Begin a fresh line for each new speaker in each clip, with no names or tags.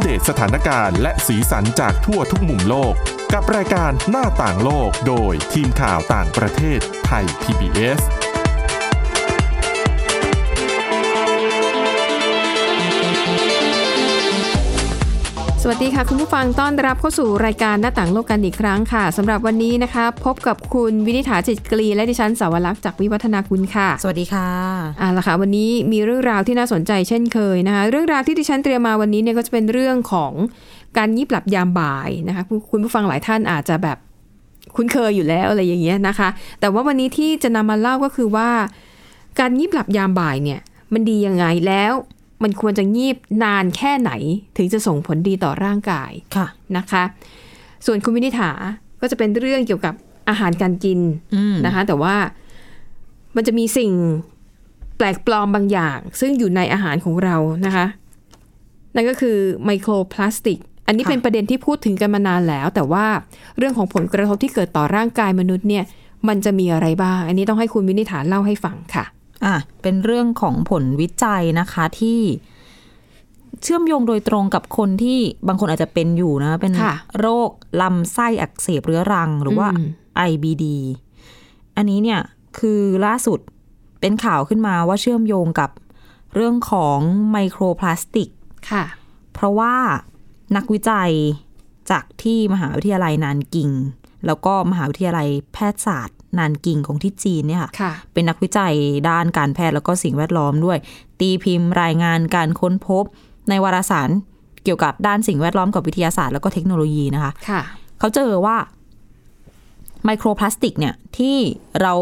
เดตสถานการณ์และสีสันจากทั่วทุกมุมโลก กับรายการหน้าต่างโลกโดยทีมข่าวต่างประเทศไทย PBS
สวัสดีค่ะ คุณผู้ฟังต้อนรับเข้าสู่รายการหน้าต่างโลกกันอีกครั้งค่ะสำหรับวันนี้นะคะ พบกับคุณวินิษฐาจิตกรีและดิฉันสาวรักษ์จากวิวัฒนาคุณค่ะ
สวัสดีค่ะ
อ่าละค่ะวันนี้มีเรื่องราวที่น่าสนใจเช่นเคยนะคะ เรื่องราวที่ดิฉันเตรียมมาวันนี้เนี่ยก็จะเป็นเรื่องของการยิบหลับยามบ่ายนะคะคุณคุณผู้ฟังหลายท่านอาจจะแบบคุ้นเคยอยู่แล้วอะไรอย่างเงี้ยนะคะ แต่ว่าวันนี้ที่จะนำมาเล่าก็คือว่า การงีบหลับยามบ่ายเนี่ย มันดียังไงแล้วมันควรจะงีบนานแค่ไหน ถึงจะส่งผลดีต่อร่างกาย
ค่ะ
นะคะ ส่วนคุณวินิษฐาก็จะเป็นเรื่องเกี่ยวกับอาหารการกิน
อืม
นะคะ แต่ว่ามันจะมีสิ่งแปลกปลอมบางอย่าง ซึ่งอยู่ในอาหารของเรานะคะ นั่นก็คือไมโครพลาสติก อันนี้
ค่ะ
เป็นประเด็นที่พูดถึงกันมานานแล้ว แต่ว่าเรื่องของผลกระทบที่เกิดต่อร่างกายมนุษย์เนี่ย มันจะมีอะไรบ้าง อันนี้ต้องให้คุณวินิษฐาเล่าให้ฟังค่ะ
อ่ะ เป็นเรื่องของผลวิจัยนะคะที่เชื่อมโยงโดยตรงกับคนที่บางคนอาจจะเป็นอยู่นะ เป็น
ค่ะ
โรคลำไส้อักเสบเรื้อรัง หรือว่า
ม
IBD อันนี้เนี่ยคือล่าสุดเป็นข่าวขึ้นมาว่าเชื่อมโยงกับเรื่องของไมโครพลาสติก
ค่ะ
เพราะว่านักวิจัยจากที่มหาวิทยาลัยนานกิง แล้วก็มหาวิทยาลัยแพทยศาสตร์ นานกิงของที่จีนเนี่ยค่ะ
ค่ะ
เป็นนักวิจัยด้านการแพทย์แล้วก็สิ่งแวดล้อมด้วย ตีพิมพ์รายงานการค้นพบ ในวารสารเกี่ยวกับด้านสิ่งแวดล้อมกับวิทยาศาสตร์แล้วก็เทคโนโลยีนะคะ
ค่ะ
เขาเจอว่าไมโครพลาสติกเนี่ยที่เรา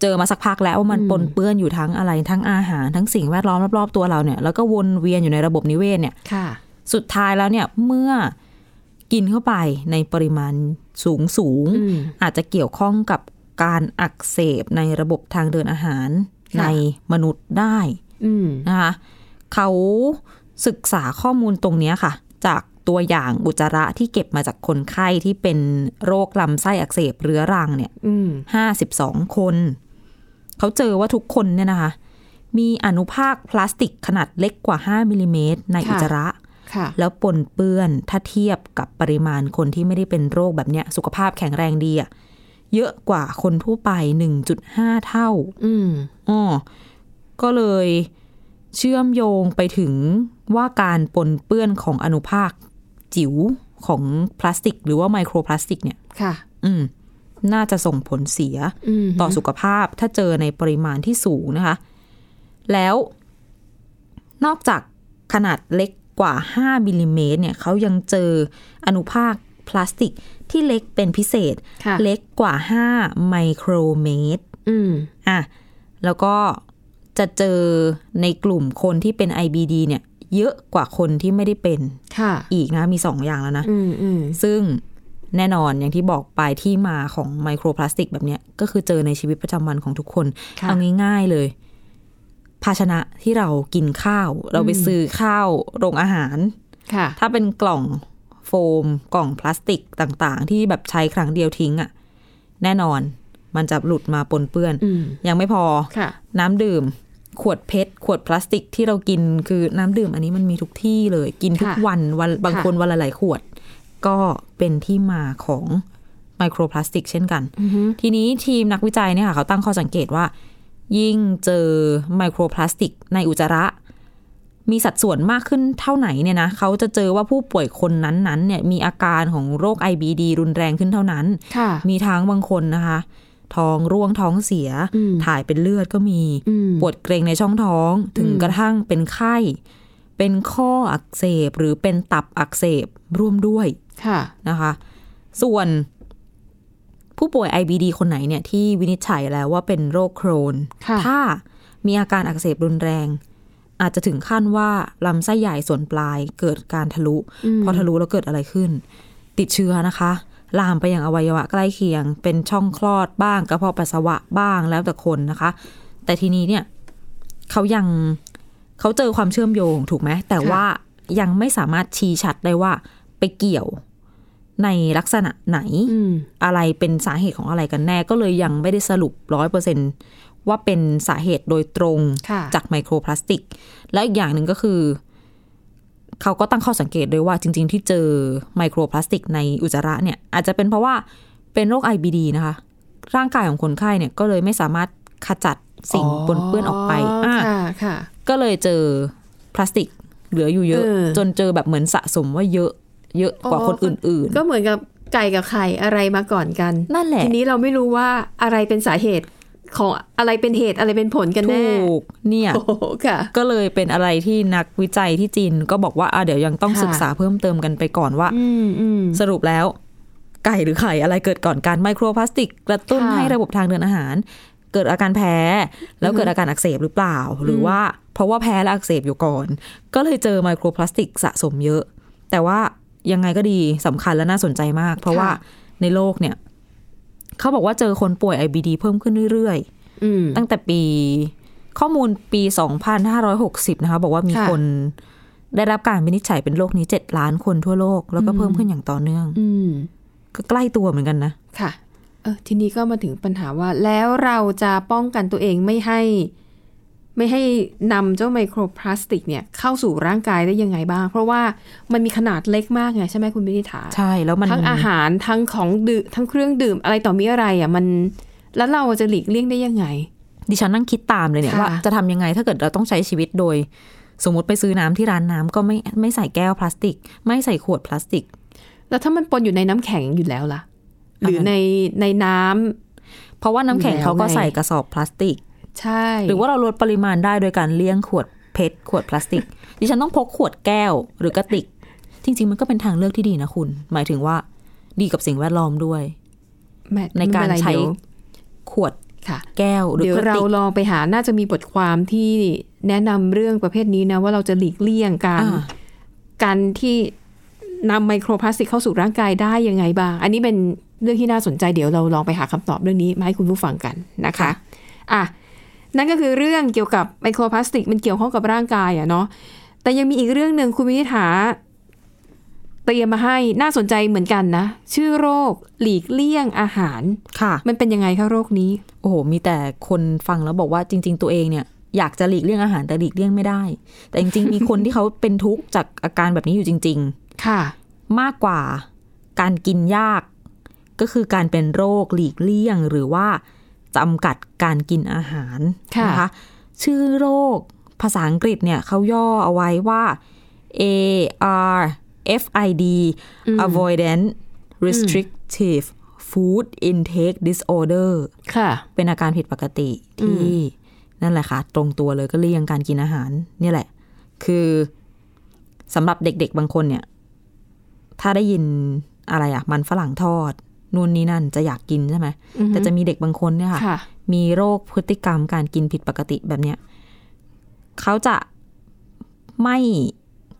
เจอมาสักพักแล้วว่ามัน
อืม
ปนเปื้อนอยู่ทั้งอะไรทั้งอาหารทั้งสิ่งแวดล้อมรอบๆตัวเราเนี่ยแล้วก็วนเวียนอยู่ในระบบนิเวศเนี่ย
ค่ะ
สุดท้ายแล้วเนี่ยเมื่อกินเข้าไปในปริมาณสูงสูง
อืม
อาจจะเกี่ยวข้องกับการอักเสบในระบบทางเดินอาหาร
ค่ะ
ในมนุษย์ได้
อืม
นะคะเขาศึกษาข้อมูลตรงเนี้ยค่ะ จากตัวอย่างอุจจาระที่เก็บมาจากคนไข้ที่เป็นโรคลำไส้อักเสบเรื้อรังเนี่ย
อืม
ห้าสิบสองคน เขาเจอว่าทุกคนเนี่ยนะคะ มีอนุภาคพลาสติกขนาดเล็กกว่า 5มิลลิเมตรใน
ค่ะ
อุจจาระ
ค่ะ
แล้วปนเปื้อนถ้าเทียบกับปริมาณคนที่ไม่ได้เป็นโรคแบบเนี้ย สุขภาพแข็งแรงดีอะเยอะกว่าคนทั่วไป 1.5 เท่า
อืม
อ๋อก็เลยเชื่อมโยงไปถึงว่าการปนเปื้อนของอนุภาคจิ๋วของพลาสติก หรือว่าไมโครพลาสติกเนี่ย
ค่ะ
อืม น่าจะส่งผลเสีย
อืม
ต่อสุขภาพถ้าเจอในปริมาณที่สูงนะคะ แล้วนอกจากขนาดเล็กกว่า 5มิลลิเมตรเนี่ยเขายังเจออนุภาคพลาสติกที่เล็กเป็นพิเศษ
ค่ะ
เล็กกว่า 5 ไมโครเมตร
อืม
อ่ะแล้วก็จะเจอในกลุ่มคนที่เป็น IBD เนี่ยเยอะกว่าคนที่ไม่ได้เป็น
ค่ะ
อีกนะมี 2 อย่างแล้วนะ
อืมอืม
ซึ่งแน่นอนอย่างที่บอกไปที่มาของไมโครพลาสติกแบบเนี้ยก็คือเจอในชีวิตประจำวันของทุกคน
ค่ะ
เอาง่ายๆเลย ภาชนะที่เรากินข้าว เราไป
อืม
ซื้อข้าวโรงอาหาร
ค่ะ
ถ้าเป็นกล่องโฟม กล่องพลาสติกต่างๆ ที่แบบใช้ครั้งเดียวทิ้งอะ่ะ แน่นอนมันจะหลุดมาปนเปื้อน
อืม
ยังไม่พอ
ค่ะ
น้ำดื่ม ขวดเพชรขวดพลาสติกที่เรากินคือน้ำดื่มอันนี้มันมีทุกที่เลย กินทุก
ค่ะ
วันวันบาง
ค่ะ
คนวันละหลายขวด ก็เป็นที่มาของไมโครพลาสติก เช่นกัน
อืม
ทีนี้ทีมนักวิจัยเนี่ยค่ะเขาตั้งข้อสังเกตว่า ยิ่งเจอไมโครพลาสติกในอุจจาระ มีสัดส่วนมากขึ้นเท่าไหนเนี่ยนะเขาจะเจอว่าผู้ป่วยคนนั้นๆเนี่ยมีอาการของโรค IBD รุนแรงขึ้นเท่านั้น
ค่ะ
มีทั้งบางคนนะคะ ท้องร่วงท้องเสีย
อืม
ถ่ายเป็นเลือดก็มี
อืม
ปวดเกรงในช่องท้องถึง
อืม
กระทั่งเป็นไข้ เป็นข้ออักเสบหรือเป็นตับอักเสบร่วมด้วย
ค่ะ
นะคะ ส่วนผู้ป่วย IBD คนไหนเนี่ยที่วินิจฉัยแล้วว่าเป็นโรคโครน
ค่ะ
ถ้ามีอาการอักเสบรุนแรง อาจจะถึงขั้นว่าลำไส้ใหญ่ส่วนปลายเกิดการทะลุ
ม
พอทะลุแล้วเกิดอะไรขึ้น ติดเชื้อนะคะ ลามไปยังอวัยวะใกล้เคียง เป็นช่องคลอดบ้างกระเพาะปัสสาวะบ้างแล้วแต่คนนะคะ แต่ทีนี้เนี่ยเขายังเขาเจอความเชื่อมโยงถูกไหมแต่ว่ายังไม่สามารถชี้ชัดได้ว่าไปเกี่ยวในลักษณะไหน
อืม
อะไรเป็นสาเหตุของอะไรกันแน่ก็เลยยังไม่ได้สรุปร้อยเปอร์เซนว่าเป็นสาเหตุโดยตรง
ค่ะ
จากไมโครพลาสติก และอีกอย่างหนึ่งก็คือ เขาก็ตั้งข้อสังเกตด้วยว่าจริง ๆ ที่เจอไมโครพลาสติกในอุจจาระเนี่ยอาจจะเป็นเพราะว่าเป็นโรค IBD นะคะ ร่างกายของคนไข้เนี่ยก็เลยไม่สามารถขจัดสิ่งปนเปื้อนออกไปอ่ะ
ค่ะค่ะ
ก็เลยเจอพลาสติกเหลืออยู่เยอะ
เออ
จนเจอแบบเหมือนสะสมว่าเยอะ เยอะกว่าคนอื่น
ก็เหมือนกับไก่กับไข่อะไรมาก่อนกัน
ๆ นั่นแหละ
ทีนี้เราไม่รู้ว่าอะไรเป็นสาเหตุของอะไรเป็นเหตุอะไรเป็นผลกันแน่
ถูกเนี่ย
โอ้โหค่ะ
ก็เลยเป็นอะไรที่นักวิจัยที่จีนก็บอกว่าอ่ะเดี๋ยวยังต้อง
ค่ะ
ศึกษาเพิ่มเติมกันไปก่อนว่า
อืมอืม
สรุปแล้ว ไก่หรือไข่อะไรเกิดก่อนกันไมโครพลาสติกกระตุ้น
ค่ะ
ให้ระบบทางเดินอาหาร เกิดอาการแพ้ แล้วเกิดอาการอักเสบหรือเปล่า หรือว่าเพราะว่าแพ้และอักเสบอยู่ก่อน ก็เลยเจอไมโครพลาสติกสะสมเยอะ แต่ว่ายังไงก็ดีสำคัญและน่าสนใจมาก เพราะ
ค่ะ
ว่าในโลกเนี่ยเขาบอกว่าเจอคนป่วย IBD เพิ่มขึ้นเรื่อยๆ
อืม
ตั้งแต่ปีข้อมูลปี 2560 นะคะ บอกว่ามี
ค่ะ
คนได้รับการวินิจฉัยเป็นโรคนี้ 7 ล้านคนทั่วโลก แล้วก็เพิ่มขึ้นอย่างต่อเนื่อง
อืม
ก็ใกล้ตัวเหมือนกันนะ
ค่ะ เออทีนี้ก็มาถึงปัญหาว่า แล้วเราจะป้องกันตัวเองไม่ให้ ไม่ให้นำเจ้าไมโครพลาสติกเนี่ยเข้าสู่ร่างกายได้ยังไงบ้าง เพราะว่ามันมีขนาดเล็กมากไงใช่ไหมคุณวินิษฐา
ใช่แล้วมัน
ทั้งอาหารทั้งของดื่มทั้งเครื่องดื่มอะไรต่อมีอะไรอ่ะมัน แล้วเราจะหลีกเลี่ยงได้ยังไง
ดิฉันนั่งคิดตามเลยเนี่ย
ค่ะ
ว่าจะทำยังไงถ้าเกิดเราต้องใช้ชีวิตโดย สมมติไปซื้อน้ำที่ร้านน้ำก็ไม่ไม่ใส่แก้วพลาสติก ไม่ใส่ขวดพลาสติก
แล้วถ้ามันปนอยู่ในน้ำแข็งอยู่แล้วล่ะ หรือ
อันนั้น
ในในน้ำ
เพราะว่าน้ำแข็ง
แล้ว
เขาก็
ไง
ใส่กระสอบพลาสติก
ใช่
หรือว่าเราลดปริมาณได้โดยการเลี่ยงขวดเพชรขวดพลาสติก ดิฉันต้องพกขวดแก้วหรือกระติก จริง ๆ มันก็เป็นทางเลือกที่ดีนะคุณ หมายถึงว่าดีกับสิ่งแวดล้อมด้วย
แหม
ใน
ไม่
การ
เป็ไร
ใช้
เดี๋ยว
ขวด
ค่ะ
แก้วหรือ
เดี๋ยว
กระ
เรา
ติก
ลองไปหาน่าจะมีบทความที่แนะนำเรื่องประเภทนี้นะ ว่าเราจะหลีกเลี่ยงการ
อ่า
การที่นำไมโครพลาสติกเข้าสู่ร่างกายได้ยังไงบ้าง อันนี้เป็นเรื่องที่น่าสนใจเดี๋ยวเราลองไปหาคำตอบเรื่องนี้มาให้คุณผู้ฟังกันนะคะอ่ะนั่นก็คือเรื่องเกี่ยวกับไมโครพลาสติกมันเกี่ยวข้องกับร่างกายอะเนาะแต่ยังมีอีกเรื่องหนึ่งคุณวินิฐาเตรียมมาให้น่าสนใจเหมือนกันนะ ชื่อโรคหลีกเลี่ยงอาหาร
ค่ะ
มันเป็นยังไงคะโรคนี้
โอ้โห มีแต่คนฟังแล้วบอกว่าจริง ๆ ตัวเองเนี่ยอยากจะหลีกเลี่ยงอาหารแต่หลีกเลี่ยงไม่ได้ แต่จริง ๆ มีคนที่เขาเป็นทุกข์จากอาการแบบนี้อยู่จริง ๆ
ค่ะ
มากกว่าการกินยาก ก็คือการเป็นโรคหลีกเลี่ยง หรือว่าจำกัดการกินอาหาร
ค่ะ
นะคะชื่อโรคภาษาอังกฤษเนี่ยเขาย่อเอาไว้ว่า A R F I D Avoidant Restrictive Food Intake Disorder
ค่ะ
เป็นอาการผิดปกติที่นั่นแหละค่ะ ตรงตัวเลยก็เลี่ยงการกินอาหาร เนี่ยแหละ คือสำหรับเด็กๆบางคนเนี่ย ถ้าได้ยินอะไรอะมันฝรั่งทอด นู่นนี่นั่นจะอยากกินใช่ไหมแต่จะมีเด็กบางคนเนี่ยค่ะ
ค่ะ
มีโรคพฤติกรรมการกินผิดปกติแบบเนี้ยเขาจะไม่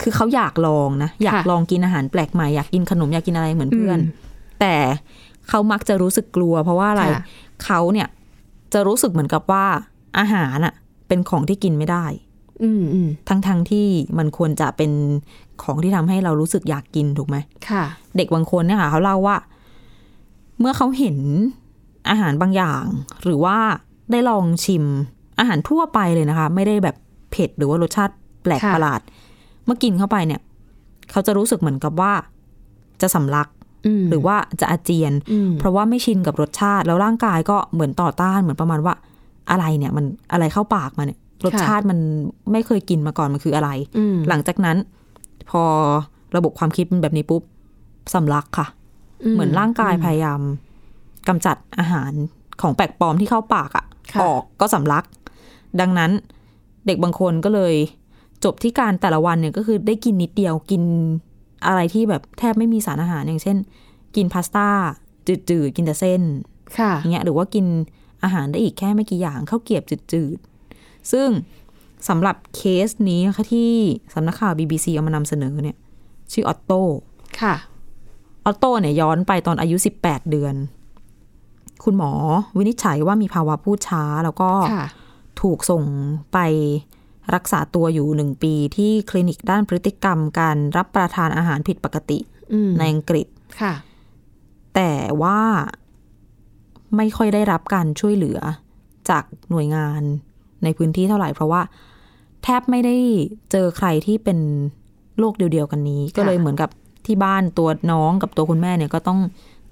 คือเขาอยากลองนะ อยาก
ค่ะ
ลองกินอาหารแปลกใหม่อยากกินขนมอยากกินอะไรเหมือนเพื่อน
อืม
แต่เขามักจะรู้สึกกลัว เพราะว่าอะไร
ค่ะ
เขาเนี่ยจะรู้สึกเหมือนกับว่าอาหารอะเป็นของที่กินไม่ได้
อืมอืม
ทั้งๆที่มันควรจะเป็นของที่ทำให้เรารู้สึกอยากกินถูกไหม
ค่ะ
เด็กบางคนเนี่ยค่ะเขาเล่าว่า เมื่อเขาเห็นอาหารบางอย่าง หรือว่าได้ลองชิมอาหารทั่วไปเลยนะคะ ไม่ได้แบบเผ็ดหรือว่ารสชาติแปลก
ค่ะ
ประหลาด เมื่อกินเข้าไปเนี่ย เขาจะรู้สึกเหมือนกับว่า จะสำลัก
อืม
หรือว่าจะอาเจียน
อืม
เพราะว่าไม่ชินกับรสชาติ แล้วร่างกายก็เหมือนต่อต้านเหมือนประมาณว่า อะไรเนี่ย มันอะไรเข้าปากมาเนี่ย รสชาติมันไม่เคยกินมาก่อนมันคืออะไร
อืม
หลังจากนั้นพอระบบความคิดเป็นแบบนี้ปุ๊บสำลักค่ะ เหมือนร่างกายพยายามกำจัดอาหารของแปลกปลอมที่เข้าปากอะ
ค่ะ
ออกก็สำลัก ดังนั้นเด็กบางคนก็เลย จบที่การแต่ละวันเนี่ยก็คือได้กินนิดเดียวกินอะไรที่แบบแทบไม่มีสารอาหารอย่างเช่น กินพาสต้าจืดๆ กินแต่เส้น
ค่ะ
อย่างเงี้ยหรือว่ากินอาหารได้อีกแค่ไม่กี่อย่างข้าวเกรียบจืดๆ ซึ่งสำหรับเคสนี้นะคะที่สำนักข่าว BBC เอามานำเสนอเนี่ยชื่อออตโต
ค่ะ
ออตโตเนี่ยย้อนไปตอนอายุ 18 เดือน คุณหมอวินิจฉัยว่ามีภาวะพูดช้า แล้วก็
ค่ะ
ถูกส่งไปรักษาตัวอยู่หนึ่งปีที่คลินิกด้านพฤติกรรมการรับประทานอาหารผิดปกติ
อืม
ในอังกฤษ
ค่ะ
แต่ว่าไม่ค่อยได้รับการช่วยเหลือจากหน่วยงานในพื้นที่เท่าไหร่ เพราะว่าแทบไม่ได้เจอใครที่เป็น โรคเดียวๆกันนี้ ก็เลยเหมือนกับที่บ้านตัวน้องกับตัวคุณแม่เนี่ยก็ต้อง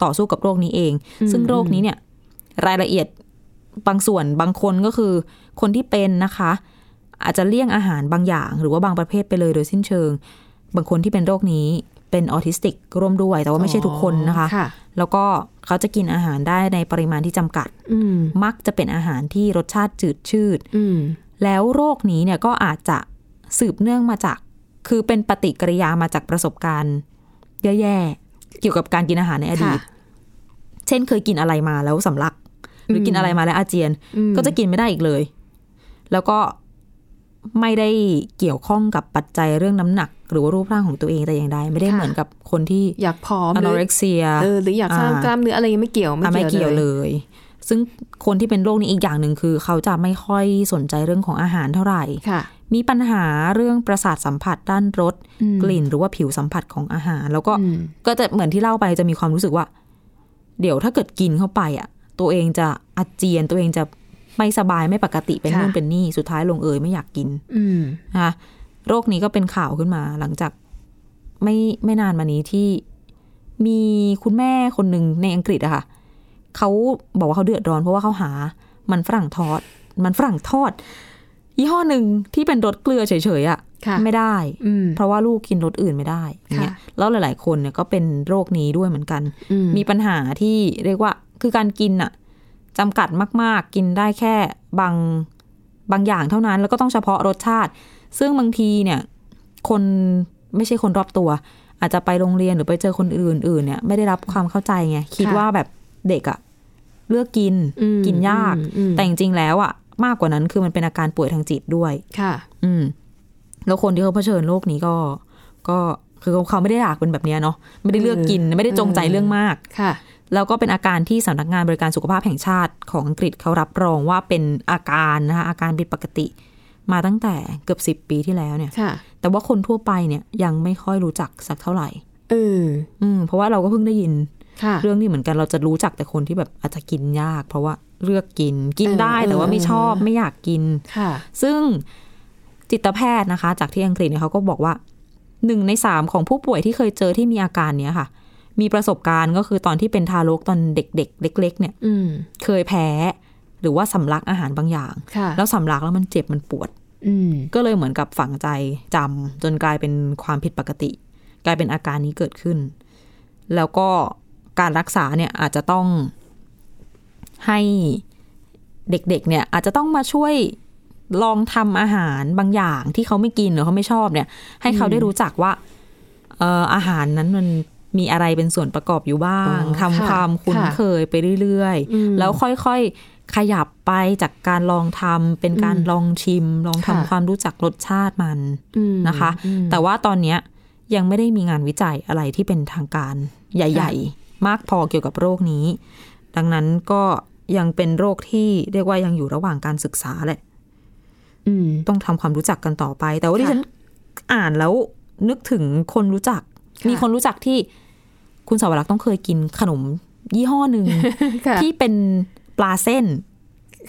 ต่อสู้กับโรคนี้เอง ซึ่งโรคนี้เนี่ย รายละเอียดบางส่วนบางคนก็คือคนที่เป็นนะคะ อาจจะเลี่ยงอาหารบางอย่าง หรือว่าบางประเภทไปเลยโดยสิ้นเชิง บางคนที่เป็นโรคนี้เป็นออทิสติกร่วมด้วย แต่ว่าไม่ใช่ทุกคนนะคะ
ค่ะ
แล้วก็เขาจะกินอาหารได้ในปริมาณที่จำกัด
อืม
มักจะเป็นอาหารที่รสชาติจืดชืด
อืม
แล้วโรคนี้เนี่ยก็อาจจะสืบเนื่องมาจาก คือเป็นปฏิกิริยามาจากประสบการณ์แย่ๆเกี่ยวกับการกินอาหารในอดี
ค่ะ
ต เช่นเคยกินอะไรมาแล้วสำลัก หรืออ
ม
กินอะไรมาแล้วอาเจียน
อืม
ก็จะกินไม่ได้อีกเลย แล้วก็ไม่ได้เกี่ยวข้องกับปัจจัยเรื่องน้ำหนัก หรือว่ารูปร่างของตัวเองแต่อย่างใดไม่ได้เหมือนกับคนที่
อยากผอม
อน
หรือ
เร็กเซีย
เออหรืออยากสร้าง
อ่าก ก
ล้ามเนื้ออะไรยังไม่เกี่ยว
อ่ะไม่เกี่ยวเลย ซึ่งคนที่เป็นโรคนี้อีกอย่างหนึ่งคือ เขาจะไม่ค่อยสนใจเรื่องของอาหารเท่าไหร่
ค่ะ
มีปัญหาเรื่องประสาทสัมผัสด้านรส
อืม
กลิ่น หรือว่าผิวสัมผัสของอาหาร แล้วก็
อืม
ก็จะเหมือนที่เล่าไปจะมีความรู้สึกว่า เดี๋ยวถ้าเกิดกินเข้าไปอ่ะ ตัวเองจะอาเจียน ตัวเองจะไม่สบายไม่ปกติเป็นนู่นเป็นนี่สุดท้ายลงเอยไม่อยากกิน
อืม
นะคะโรคนี้ก็เป็นข่าวขึ้นมา หลังจากไม่ไม่นานมานี้ที่มีคุณแม่คนหนึ่งในอังกฤษอะค่ะเขาบอกว่าเขาเดือดร้อนเพราะว่าเขาหา มันฝรั่งทอด มันฝรั่งทอด ยี่ห้อหนึ่งที่เป็นรสเกลือเฉยๆอะ
ค่ะ
ไม่ได้
อืม
เพราะว่าลูกกินรสอื่นไม่ได้อย่างเงี้ย
ค่ะ
แล้วหลาย ๆ คนเนี่ยก็เป็นโรคนี้ด้วยเหมือนกัน
อืม
มีปัญหาที่เรียกว่าคือการกินอะจำกัดมาก ๆ กินได้แค่บางบางอย่างเท่านั้น แล้วก็ต้องเฉพาะรสชาติ ซึ่งบางทีเนี่ย คนไม่ใช่คนรอบตัว อาจจะไปโรงเรียนหรือไปเจอคนอื่น ๆ เนี่ยไม่ได้รับความเข้าใจไงคิด
ค่ะ
ว่าแบบเด็กอะเลือกกิน
อืม
กินยาก
อืม
แต่จริง ๆ แล้วอะมากกว่านั้นคือมันเป็นอาการป่วยทางจิตด้วย
ค่ะ
อืมแล้วคนที่เขาเผชิญโรคนี้ก็ ก็คือเขาไม่ได้อยากเป็นแบบเนี้ยเนาะไม่ได้เลือกกิน ไม่ได้จงใจเรื่องมาก
ค่ะ
แล้วก็เป็นอาการที่สำนักงานบริการสุขภาพแห่งชาติของอังกฤษเขารับรองว่าเป็นอาการนะคะอาการผิดปกติ มาตั้งแต่เกือบสิบปีที่แล้วเนี่ย
ค่ะ
แต่ว่าคนทั่วไปเนี่ยยังไม่ค่อยรู้จักสักเท่าไหร่
เออ
อืมเพราะว่าเราก็เพิ่งได้ยิน
ค่ะ
เรื่องนี้เหมือนกันเราจะรู้จักแต่คนที่แบบอาจจะกินยาก เพราะว่าเลือกกินกิน
เออ
ได้แต่ว่าไม่
เออ
ชอบไม่อยากกิน
ค่ะ
ซึ่งจิตแพทย์นะคะ จากที่อังกฤษเนี่ยเขาก็บอกว่าหนึ่งในสามของผู้ป่วยที่เคยเจอที่มีอาการเนี้ยค่ะ มีประสบการณ์ก็คือตอนที่เป็นทารกตอนเด็กๆ เล็ก ๆ เนี่ย
อืม
เคยแพ้ หรือว่าสำลักอาหารบางอย่าง
ค่ะ
แล้วสำลักแล้วมันเจ็บมันปวด
อืม
ก็เลยเหมือนกับฝังใจจำจนกลายเป็นความผิดปกติ กลายเป็นอาการนี้เกิดขึ้น แล้วก็การรักษาเนี่ยอาจจะต้องให้เด็กๆเนี่ยอาจจะต้องมาช่วยลองทำอาหารบางอย่างที่เขาไม่กินหรือเขาไม่ชอบเนี่ย ให้เขาได้รู้จักว่าเอ่ออาหารนั้นมันมีอะไรเป็นส่วนประกอบอยู่บ้างทำความคุ้นเคยไปเรื่อยๆ
อืม
แล้วค่อยๆ ขยับไปจากการลองทำเป็นการ
อืม
ลองชิม ลองทำ
ค่ะ
ความรู้จักรสชาติมัน
อืม
นะคะ
อืม
แต่ว่าตอนเนี้ยยังไม่ได้มีงานวิจัยอะไรที่เป็นทางการให
ค่ะ
ญ่ๆ มากพอเกี่ยวกับโรคนี้ ดังนั้นก็ยังเป็นโรคที่เรียกว่ายังอยู่ระหว่างการศึกษาแหละ
อืม
ต้องทำความรู้จักกันต่อไป แต่ว่าที่
ค่ะ
ฉันอ่านแล้วนึกถึงคนรู้จัก
ค่ะ
มีคนรู้จักที่คุณสาวรักษ์ต้องเคยกินขนมยี่ห้อหนึ่ง
ค่ะ
ที่เป็นปลาเส้น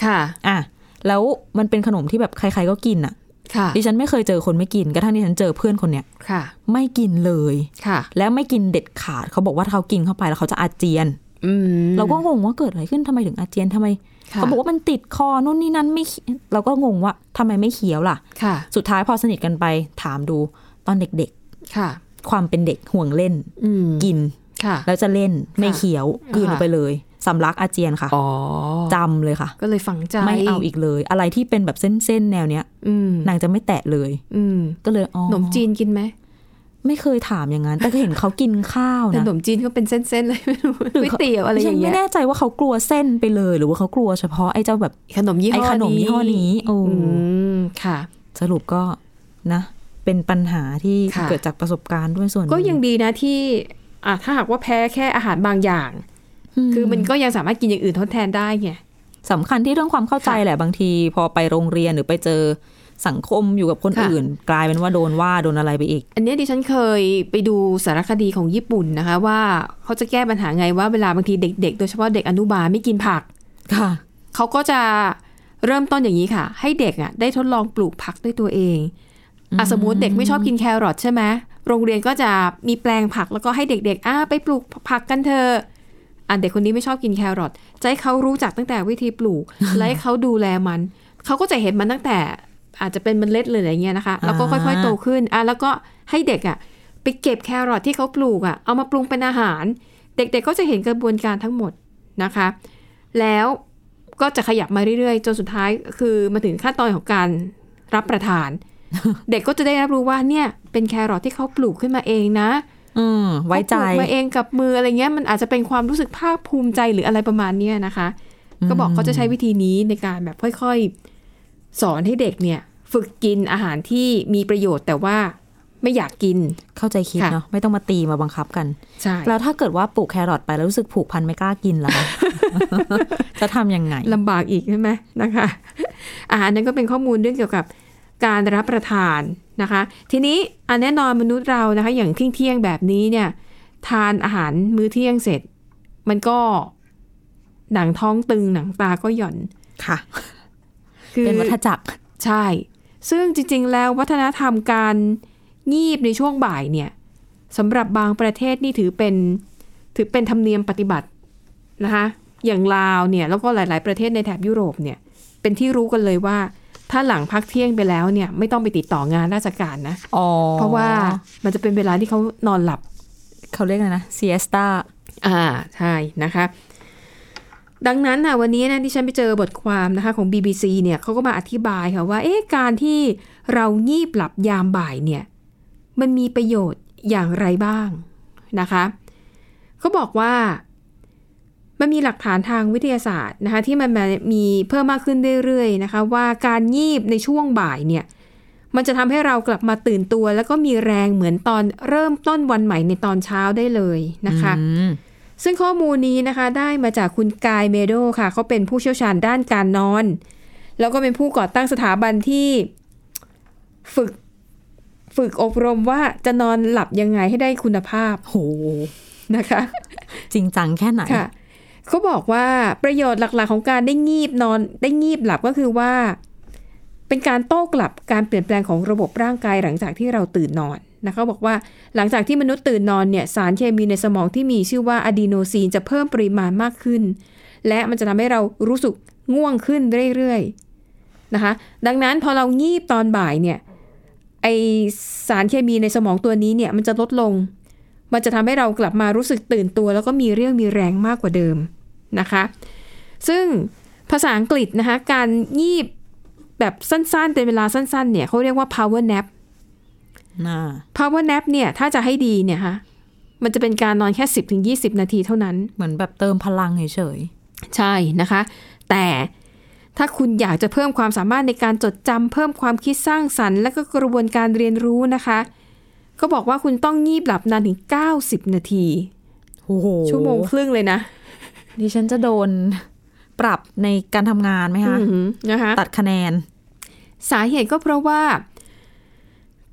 ค่ะ
อ่ะแล้วมันเป็นขนมที่แบบใคร ๆก็กินอ่ะ
ค่ะ
ดิฉันไม่เคยเจอคนไม่กินกระทั่งดิฉันเจอเพื่อนคนเนี้ย
ค่ะ
ไม่กินเลย
ค่ะ
แล้วไม่กินเด็ดขาดเขาบอกว่าถ้าเขากินเข้าไปแล้วเขาจะอาเจียน
อืม
เราก็งงว่าเกิดอะไรขึ้นทำไมถึงอาเจียนทำไม
ค่ะ
เขาบอกว่ามันติดคอนู่นนี่นั่นไม่เคี้ยเราก็งงว่าทำไมไม่เคี้ยวล่ะ
ค่ะ
สุดท้ายพอสนิทกันไปถามดูตอนเด็ก
ค่ะ
ๆ ความเป็นเด็กห่วงเล่น
อืม
กิน
ค่ะ
แล้วจะเล่นไม่เคี้ยวกลืนออกไปเลยสำลักอาเจียนค่ะ
อ๋อ
จำเลยค่ะ
ก็เลยฝังใจ
ไม่เอาอีกเลย อะไรที่เป็นแบบเส้นๆแนวเนี้ย
อืม
นางจะไม่แตะเลย
อืม
ก็เลยอ๋อ
ขนมจีนกินไหม
ไม่เคยถามอย่างนั้น แต่เห็นเขากินข้าว
แต่
นะ
ขนมจีนก็เป็นเส้นๆเลย ไม่รู้ก๋วยเตี๋ยวอะไรอ
ฉัน
ย่าง
ไม่
เงี้ย
แน่ใจว่าเขากลัวเส้นไปเลย หรือว่าเขากลัวเฉพาะไอ้เจ้าแบบ
ขนมยี่ห้อ
ไอ้ขนมยี่ห้อนี้โอ้
อืมค่ะ
สรุปก็นะ เป็นปัญหาที่
ค่ะ
เกิดจากประสบการณ์ด้วยส่วนหนึ่
ก็ยังดีนะที่อ่ะถ้าหากว่าแพ้แค่อาหารบางอย่าง
ม
คือมันก็ยังสามารถกินอย่างอื่นทดแทนได้ไง
สำคัญที่เรื่องความเข้าใจ
ค่ะ
แหละบางที พอไปโรงเรียนหรือไปเจอสังคมอยู่กับคน
ค่ะ
อื่น กลายเป็นว่าโดนว่าโดนอะไรไปอีก
อันเนี้ยดิฉันเคยไปดูสารคดีของญี่ปุ่นนะคะ ว่าเขาจะแก้ปัญหาไงว่าเวลาบางทีเด็กๆ โดยเฉพาะเด็กอนุบาลไม่กินผัก
ค่ะ
เขาก็จะเริ่มต้นอย่างนี้ค่ะ ให้เด็กอ่ะได้ทดลองปลูกผักด้วยตัวเอง อ่ะสมมติเด็กไม่ชอบกินแครอทใช่ไหมโรงเรียนก็จะมีแปลงผักแล้วก็ให้เด็กๆอ่ะไปปลูกผักกันเถอะอ่ะเด็กคนนี้ไม่ชอบกินแครอทจะให้เขารู้จักตั้งแต่วิธีปลู ก และให้เขาดูแลมัน เขาก็จะเห็นมันตั้งแต่อาจจะเป็นเมล็ดเลยอะไรเงี้ยนะคะ แล้วก็ค่อยๆโตขึ้นอ่ะแล้วก็ให้เด็กอ่ะไปเก็บแครอทที่เขาปลูกอ่ะเอามาปรุงเป็นอาหาร เด็กๆก็จะเห็นกระบวนการทั้งหมดนะคะ แล้วก็จะขยับมาเรื่อยๆ จนสุดท้ายคือมาถึงขั้นตอนของการรับประ ทาน เด็กก็จะได้รับรู้ว่าเนี่ยเป็นแครอทที่เขาปลูกขึ้นมาเองนะ
อืมไว้ใจ
เขาปลูกมาเองกับมืออะไรเงี้ยมันอาจจะเป็นความรู้สึกภาคภูมิใจหรืออะไรประมาณเนี้ยนะคะ ก็บอกเขาจะใช้วิธีนี้ในการแบบค่อยๆ สอนให้เด็กเนี่ย ฝึกกินอาหารที่มีประโยชน์แต่ว่าไม่อยากกิน
เข้าใจคิด
ค่ะ
เนาะไม่ต้องมาตีมาบังคับกัน
ใช่
แล้วถ้าเกิดว่าปลูกแครอทไปแล้วรู้สึกผูกพันไม่กล้ากินล่ะ คะ จะทำยังไง
ลำบากอีกใช่ไหมนะคะ อาหารนั้นก็เป็นข้อมูลเรื่องเกี่ยวกับการรับประทานนะคะ ทีนี้อันแน่นอนมนุษย์เรานะคะ อย่างเที่ยงๆแบบนี้เนี่ย ทานอาหารมื้อเที่ยงเสร็จ มันก็หนังท้องตึงหนังตาก็หย่อน
ค่ะ
คือ
เป็นวัฏจักร
ใช่ ซึ่งจริงๆ แล้ววัฒนธรรมการงีบในช่วงบ่ายเนี่ยสำหรับบางประเทศนี่ถือเป็นถือเป็นธรรมเนียมปฏิบัตินะคะอย่างลาวเนี่ยแล้วก็หลาย ๆ ประเทศในแถบยุโรปเนี่ยเป็นที่รู้กันเลยว่า ถ้าหลังพักเที่ยงไปแล้วเนี่ยไม่ต้องไปติดต่องานราชการนะ
อ๋อ
เพราะว่ามันจะเป็นเวลาที่เขานอนหลับ
เขาเรียกอะไรนะ s ี e s t a
อ่าใช่นะคะ ดังนั้นนะวันนี้นะที่ฉันไปเจอบทความนะคะของ BBC เนี่ยเขาก็มาอธิบายค่ะว่าเอ๊ะการที่เรางีบหลับยามบ่ายเนี่ยมันมีประโยชน์อย่างไรบ้างนะคะเขาบอกว่ามันมีหลักฐานทางวิทยาศาสตร์นะคะที่มันมามีเพิ่มมากขึ้นเรื่อยๆนะคะว่าการงีบในช่วงบ่ายเนี่ยมันจะทำให้เรากลับมาตื่นตัว แล้วก็มีแรงเหมือนตอนเริ่มต้นวันใหม่ในตอนเช้าได้เลยนะคะ
อืม
ซึ่งข้อมูลนี้นะคะได้มาจากคุณกายเมโดค่ะ เขาเป็นผู้เชี่ยวชาญด้านการนอน แล้วก็เป็นผู้ก่อตั้งสถาบันที่ฝึกฝึกอบรมว่าจะนอนหลับยังไงให้ได้คุณภาพ
โห
นะคะ
จริงจังแค่ไหน
ค่ะเขาบอกว่าประโยชน์หลักๆ ของการได้งีบนอนได้งีบหลับก็คือว่า เป็นการโต้กลับการเปลี่ยนแปลงของระบบร่างกายหลังจากที่เราตื่นนอนนะคะบอกว่าหลังจากที่มนุษย์ตื่นนอนเนี่ยสารเคมีในสมองที่มีชื่อว่าอะดีโนซีนจะเพิ่มปริมาณมากขึ้น และมันจะทำให้เรารู้สึกง่วงขึ้นเรื่อยๆนะคะดังนั้นพอเรางีบตอนบ่ายเนี่ยไอสารเคมีในสมองตัวนี้เนี่ยมันจะลดลง มันจะทำให้เรากลับมารู้สึกตื่นตัว แล้วก็มีเรี่ยวมีแรงมากกว่าเดิมนะคะ ซึ่งภาษาอังกฤษนะคะการงีบแบบสั้นๆ เป็นเวลาสั้นๆ เนี่ยเขาเรียกว่า power nap
น่า
power nap เนี่ยถ้าจะให้ดีเนี่ยฮะมันจะเป็นการนอนแค่ 10-20 นาทีเท่านั้น
เหมือนแบบเติมพลังเฉย
ใช่นะคะ แต่ถ้าคุณอยากจะเพิ่มความสามารถในการจดจำเพิ่มความคิดสร้างสรรค์ และก็กระบวนการเรียนรู้นะคะ ก็บอกว่าคุณต้องงีบหลับนานถึง 90 นาที
ๆโอ้โห
ชั่วโมงครึ่งเลยนะ
ดิฉันจะโดนปรับในการทำงานไหมคะ
อือหือนะคะ
ตัดคะแนน
สาเหตุก็เพราะว่า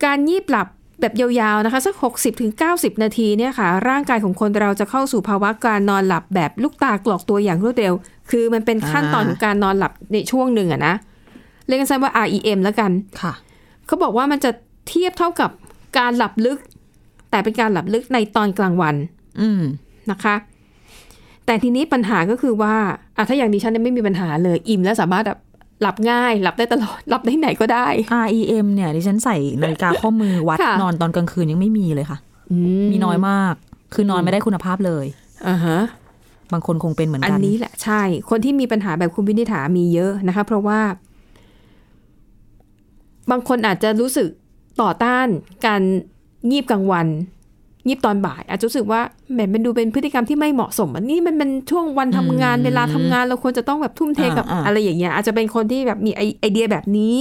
การยีบหลับแบบยาวๆนะคะ สัก 60-90 นาทีเนี่ยค่ะ ร่างกายของคนเราจะเข้าสู่ภาวะการนอนหลับแบบลูกตากรอกตัวอย่างรวดเร็ว คือมันเป็นขั้นตอน
อ่า
ของการนอนหลับในช่วงหนึ่งอะนะเรียกกันสั้นว่า REM แล้วกัน
ค่ะ
เขาบอกว่ามันจะเทียบเท่ากับการหลับลึก แต่เป็นการหลับลึกในตอนกลางวัน
อืม
นะคะ แต่ทีนี้ปัญหาก็คือว่าอ่ะถ้าอย่างดิฉันเนี่ยไม่มีปัญหาเลย อิ่มแล้วสามารถแบบหลับง่าย หลับได้ตลอด หลับได้ไหนก็ได้
REM เนี่ยดิฉันใส่นาฬิกาข้อมือวัด
ค่ะ
นอนตอนกลางคืนยังไม่มีเลยค่ะ มีน้อยมาก คือนอนไม่ได้คุณภาพเลย
อ่าฮะ
บางคนคงเป็นเหมือน
อั
กัน
นนี้แหละใช่ คนที่มีปัญหาแบบคุณวินิษฐามีเยอะนะคะ เพราะว่า บางคนอาจจะรู้สึกต่อต้านการงีบกลางวัน งีบตอนบ่าย อาจจะรู้สึกว่าแหมมันดูเป็นพฤติกรรมที่ไม่เหมาะสมอันนี้มันเป็นช่วงวันทำงานเวลาทำงานเราควรจะต้องแบบทุ่มเทกับอะไรอย่างเงี้ย อาจจะเป็นคนที่แบบมีไอไอเดียแบบนี้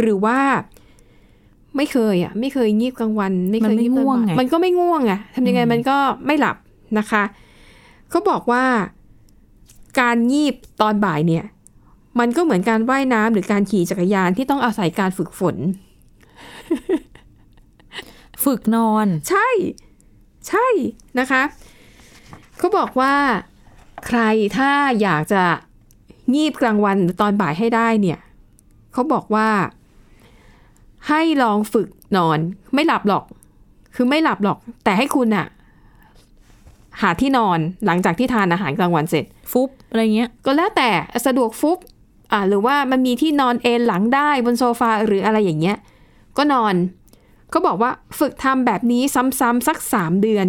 หรือว่า ไม่เคยอ่ะ ไม่เคยงีบกลางวัน ไม่
มัน
เคย
ไม่
งีบตอน
ง่วง
บ่าย
ไง
มันก็ไม่ง่วงอ่ะทำยังไงมันก็ไม่หลับนะคะ เขาบอกว่าการงีบตอนบ่ายเนี่ย มันก็เหมือนการว่ายน้ำหรือการขี่จักรยานที่ต้องอาศัยการฝึกฝน
ฝึกนอน
ใช่ ใช่นะคะ เขาบอกว่าใครถ้าอยากจะงีบกลางวันหรือตอนบ่ายให้ได้เนี่ย เขาบอกว่า ให้ลองฝึก นอน ไม่หลับหรอก คือไม่หลับหรอก แต่ให้คุณอะหาที่นอนหลังจากที่ทานอาหารกลางวันเสร็จ
ฟุบอะไรเงี้ย
ก็แล้วแต่สะดวกฟุบอ่าหรือว่ามันมีที่นอนเอนหลังได้บนโซฟาหรืออะไรอย่างเงี้ย ก็นอนเขาบอกว่าฝึกทำแบบนี้ซ้ำๆสัก 3 เดือน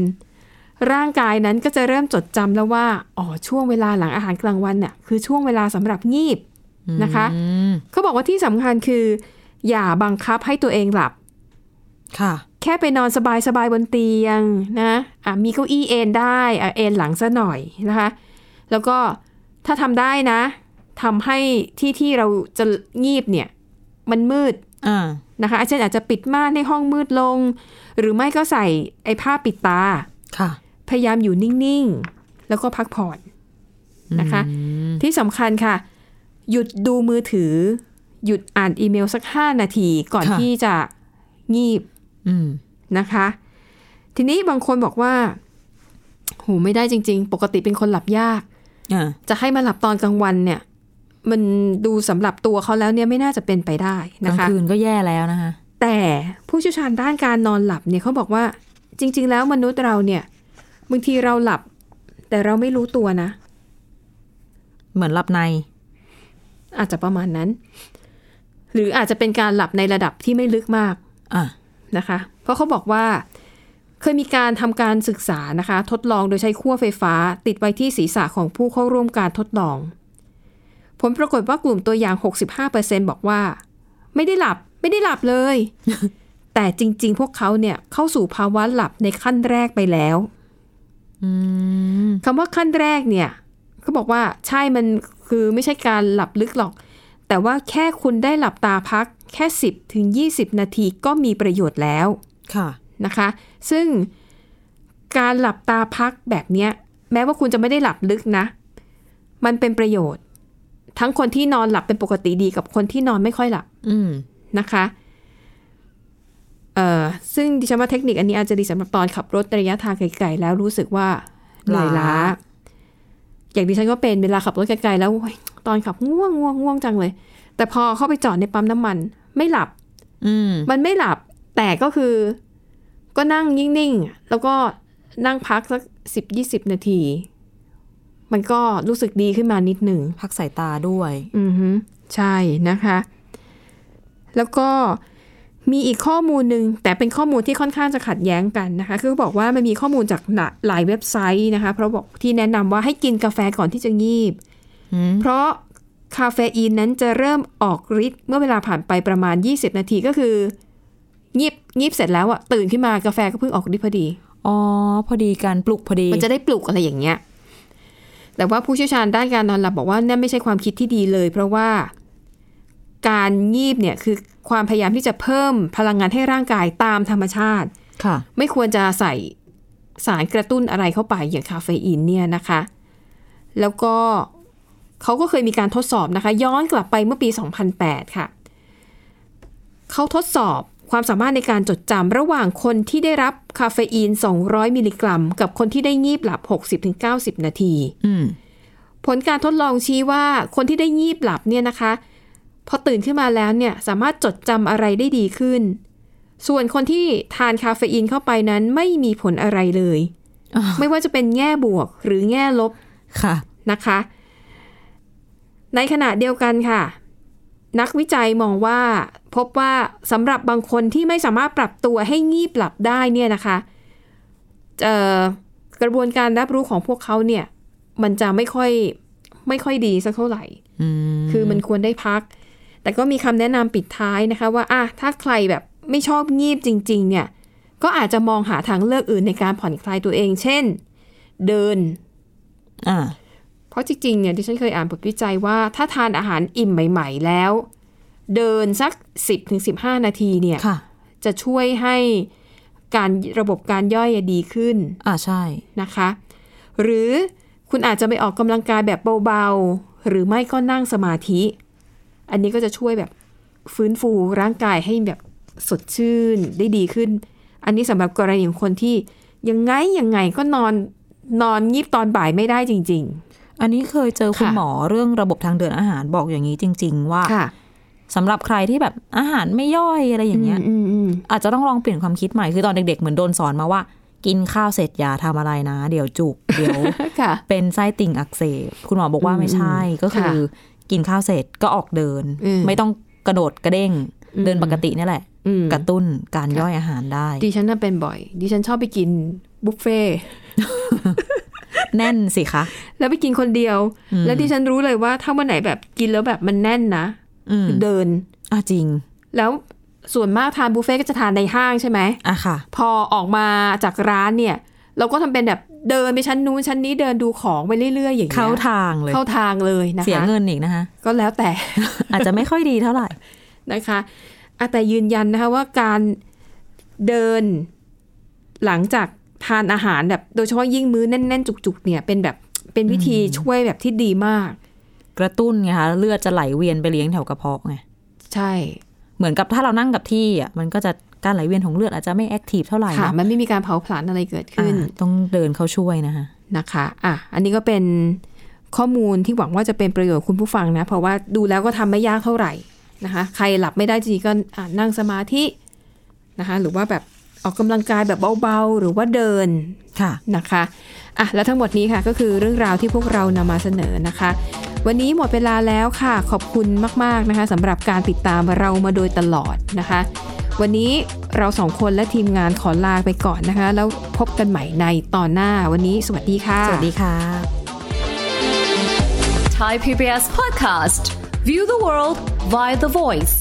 ร่างกายนั้นก็จะเริ่มจดจำแล้วว่าอ๋อช่วงเวลาหลังอาหารกลางวันน่ะคือช่วงเวลาสำหรับงีบนะคะ
อืม
เขาบอกว่าที่สำคัญคือ อย่าบังคับให้ตัวเองหลับ
ค่ะ
แค่ไปนอนสบายๆบนเตียงนะอ่ะมีเก้าอี้เอนได้อ่ะเอนหลังซะหน่อยนะคะ แล้วก็ถ้าทำได้นะทำให้ที่ที่เราจะงีบเนี่ย มันมืด
อ่า
นะคะเช่นอาจจะปิดม่านให้ห้องมืดลง หรือไม่ก็ใส่ไอ้ผ้าปิดตา
ค่ะ
พยายามอยู่นิ่งๆ แล้วก็พักผ่อนนะคะ ที่สำคัญค่ะ หยุดดูมือถือ หยุดอ่านอีเมลสัก 5 นาทีก่อน
ค่ะ
ที่จะงีบ
อืม
นะคะ ทีนี้บางคนบอกว่าโหไม่ได้จริง ๆ ปกติเป็นคนหลับยาก
อ่า
จะให้มาหลับตอนกลางวันเนี่ย มันดูสำหรับตัวเขาแล้วเนี่ยไม่น่าจะเป็นไปได้
ก
นะ
ลาง
คะ
คืนก็แย่แล้วนะคะ
แต่ผู้เชี่ยวชาญด้านการนอนหลับเนี่ยเขาบอกว่าจริง ๆ แล้วมนุษย์เราเนี่ยบางทีเราหลับ แต่เราไม่รู้ตัวนะ
เหมือนหลับใน
อาจจะประมาณนั้น หรืออาจจะเป็นการหลับในระดับที่ไม่ลึกมาก
อ่า
นะคะเพราะเขาบอกว่าเคยมีการทำการศึกษานะคะ ทดลองโดยใช้ขั้วไฟฟ้า ติดไว้ที่ศีรษะของผู้เข้าร่วมการทดลอง ผลปรากฏว่ากลุ่มตัวอย่าง 65%บอกว่า ไม่ได้หลับไม่ได้หลับเลย แต่จริง ๆ พวกเขาเนี่ยเข้าสู่ภาวะหลับในขั้นแรกไปแล้ว
อืม
คำว่าขั้นแรกเนี่ยเขาบอกว่าใช่มันคือไม่ใช่การหลับลึกหรอก แต่ว่าแค่คุณได้หลับตาพักแค่ 10ถึง20 นาทีก็มีประโยชน์แล้ว
ค่ะ
นะคะซึ่งการหลับตาพักแบบเนี้ยแม้ว่าคุณจะไม่ได้หลับลึกนะ มันเป็นประโยชน์ ทั้งคนที่นอนหลับเป็นปกติดีกับคนที่นอนไม่ค่อยหลับ
อืม
นะคะเอ่อซึ่งดิฉันว่าเทคนิคอันนี้อาจจะดีสำหรับตอนขับรถระยะทางไกลๆแล้วรู้สึกว่าเหนื่อยล้า
ล้า
อย่างดิฉันก็เป็นเวลาขับรถไกลๆแล้วโอ๊ยตอนขับง่วงง่วงง่วงจังเลย แต่พอเข้าไปจอดในปั๊มน้ำมัน ไม่หลับ
อืม
มันไม่หลับแต่ก็คือก็นั่งนิ่งๆ แล้วก็นั่งพักสักสิบยี่สิบนาที มันก็รู้สึกดีขึ้นมานิดหนึ่ง
พักสายตาด้วย
อือฮึใช่นะคะ แล้วก็มีอีกข้อมูลหนึ่งแต่เป็นข้อมูลที่ค่อนข้างจะขัดแย้งกันนะคะ คือเขาบอกว่ามันมีข้อมูลจากหลาหลายเว็บไซต์นะคะ เพราะบอกที่แนะนำว่าให้กินกาแฟก่อนที่จะงีบ
อืม
เพราะคาเฟอีนนั้นจะเริ่มออกฤทธิ์เมื่อเวลาผ่านไปประมาณ 20 นาทีก็คืองีบงีบเสร็จแล้วอะตื่นขึ้นมากาแฟก็เพิ่งออกฤทธิ์พอดี
อ๋อ พอดีการปลุกพอดี
มันจะได้ปลุกอะไรอย่างเงี้ย แต่ว่าผู้เชี่ยวชาญด้านการนอนหลับบอกว่านั่นไม่ใช่ความคิดที่ดีเลย เพราะว่าการงีบเนี่ยคือความพยายามที่จะเพิ่มพลังงานให้ร่างกายตามธรรมชาติ
ค่ะ
ไม่ควรจะใส่สารกระตุ้นอะไรเข้าไปอย่างคาเฟอีนเนี่ยนะคะ แล้วก็เขาก็เคยมีการทดสอบนะคะ ย้อนกลับไปเมื่อปี 2008 ค่ะ เขาทดสอบความสามารถในการจดจำระหว่างคนที่ได้รับคาเฟอีน 200 มิลลิกรัม กับคนที่ได้งีบหลับ 60-90 นาที
อืม
ผลการทดลองชี้ว่าคนที่ได้งีบหลับเนี่ยนะคะ พอตื่นขึ้นมาแล้วเนี่ยสามารถจดจำอะไรได้ดีขึ้น ส่วนคนที่ทานคาเฟอีนเข้าไปนั้นไม่มีผลอะไรเลย
อ่า
ไม่ว่าจะเป็นแง่บวกหรือแง่ลบ
ค่ะ
นะคะ ในขณะเดียวกันค่ะ นักวิจัยมองว่าพบว่าสำหรับบางคนที่ไม่สามารถปรับตัวให้งีบหลับได้เนี่ยนะคะเอ่อกระบวนการรับรู้ของพวกเขาเนี่ย มันจะไม่ค่อยไม่ค่อยดีสักเท่าไหร่
อืม
คือมันควรได้พัก แต่ก็มีคำแนะนำปิดท้ายนะคะ ว่าอ่ะถ้าใครแบบไม่ชอบงีบจริง ๆ เนี่ย ก็อาจจะมองหาทางเลือกอื่นในการผ่อนคลายตัวเอง เช่น เดิน
อ่า
เพราะจริงๆเนี่ยที่ฉันเคยอ่านบทวิจัยว่า ถ้าทานอาหารอิ่มใหม่ ๆ แล้ว เดินสัก 10-15 นาทีเนี่ย
ค่ะ
จะช่วยให้การระบบการย่อยดีขึ้น
อ่า ใช่
นะคะ หรือคุณอาจจะไปออกกำลังกายแบบเบาๆ หรือไม่ก็นั่งสมาธิ อันนี้ก็จะช่วยแบบฟื้นฟูร่างกายให้แบบสดชื่นได้ดีขึ้น อันนี้สำหรับกรณีของคนที่ยังไงยังไงก็นอนนอนงีบตอนบ่ายไม่ได้จริง
อันนี้เคยเจอคุณ
ค่ะ
หมอเรื่องระบบทางเดินอาหารบอกอย่างนี้จริง ๆ ว่า
ๆ ค่ะ
สำหรับใครที่แบบอาหารไม่ย่อยอะไรอย่างเงี้ย
อืมอืม
อาจจะต้องลองเปลี่ยนความคิดใหม่คือตอนเด็กๆ เหมือนโดนสอนมาว่า กินข้าวเสร็จอย่าทำอะไรนะ เดี๋ยวจุก เดี๋ยว
อืมค่ะ
เป็นไส้ติ่งอักเสบคุณหมอบอกว่าไม่ใช่ก็คือ กินข้าวเสร็จก็ออกเดิน
อืม
ไม่ต้องกระโดดกระเด้ง
อืม
เดินปกติเนี่ยแหละ
อืม
กระตุ้นการ
ค่ะ
ย่อยอาหารได้
ดิฉันน่ะเป็นบ่อย ดิฉันชอบไปกินบุฟเฟ่ต์
แน่นสิคะ
แล้วไปกินคนเดียว
อืม
แล้วดิฉันรู้เลยว่าถ้าวันไหนแบบกินแล้วแบบมันแน่นนะ
อืม
คือเดิน
อ่ะจริง
แล้วส่วนมากทานบุฟเฟ่ต์ก็จะทานในห้างใช่ไหม
อ่ะค่ะ
พอออกมาจากร้านเนี่ย เราก็ทำเป็นแบบเดินไปชั้นนู้นชั้นนี้เดินดูของไปเรื่อยๆ อย่างเงี้ย
เข้าทางเลย
เข้าทางเลยนะ
เสีย
คะ
เงินอีกนะคะ
ก็แล้วแต่
อาจจะไม่ค่อยดีเท่าไหร่
นะคะอ่ะแต่ยืนยันนะคะว่าการเดินหลังจากทานอาหารแบบโดยเฉพาะยิ่งมื้อแน่น ๆ จุกๆ เนี่ยเป็นแบบเป็นวิธีช่วยแบบที่ดีมาก
กระตุ้นไงคะเลือดจะไหลเวียนไปเลี้ยงแถวกระเพาะไง
ใช่
เหมือนกับถ้าเรานั่งกับที่อ่ะมันก็จะการไหลเวียนของเลือดอาจจะไม่แอคทีฟเท่าไหร่
ค่ะ
นะ
มันไม่มีการเผาผลาญอะไรเกิดขึ้น
อ่าต้องเดินเข้าช่วยนะคะ
นะคะอ่ะอันนี้ก็เป็นข้อมูลที่หวังว่าจะเป็นประโยชน์คุณผู้ฟังนะ เพราะว่าดูแล้วก็ทำไม่ยากเท่าไหร่นะคะ ใครหลับไม่ได้จริงๆก็อ่ะนั่งสมาธินะคะ หรือว่าแบบออกกำลังกายแบบเบาๆ หรือว่าเดิน
ค่ะ
นะคะอ่ะและทั้งหมดนี้ค่ะก็คือเรื่องราวที่พวกเรานำมาเสนอนะคะ วันนี้หมดเวลาแล้วค่ะ ขอบคุณมากๆนะคะสำหรับการติดตามเรามาโดยตลอดนะคะ วันนี้เราสองคนและทีมงานขอลาไปก่อนนะคะ แล้วพบกันใหม่ในตอนหน้าวันนี้สวัสดีค่ะ
สวัสดีค่ะ
Thai PBS podcast. View the world via the voice.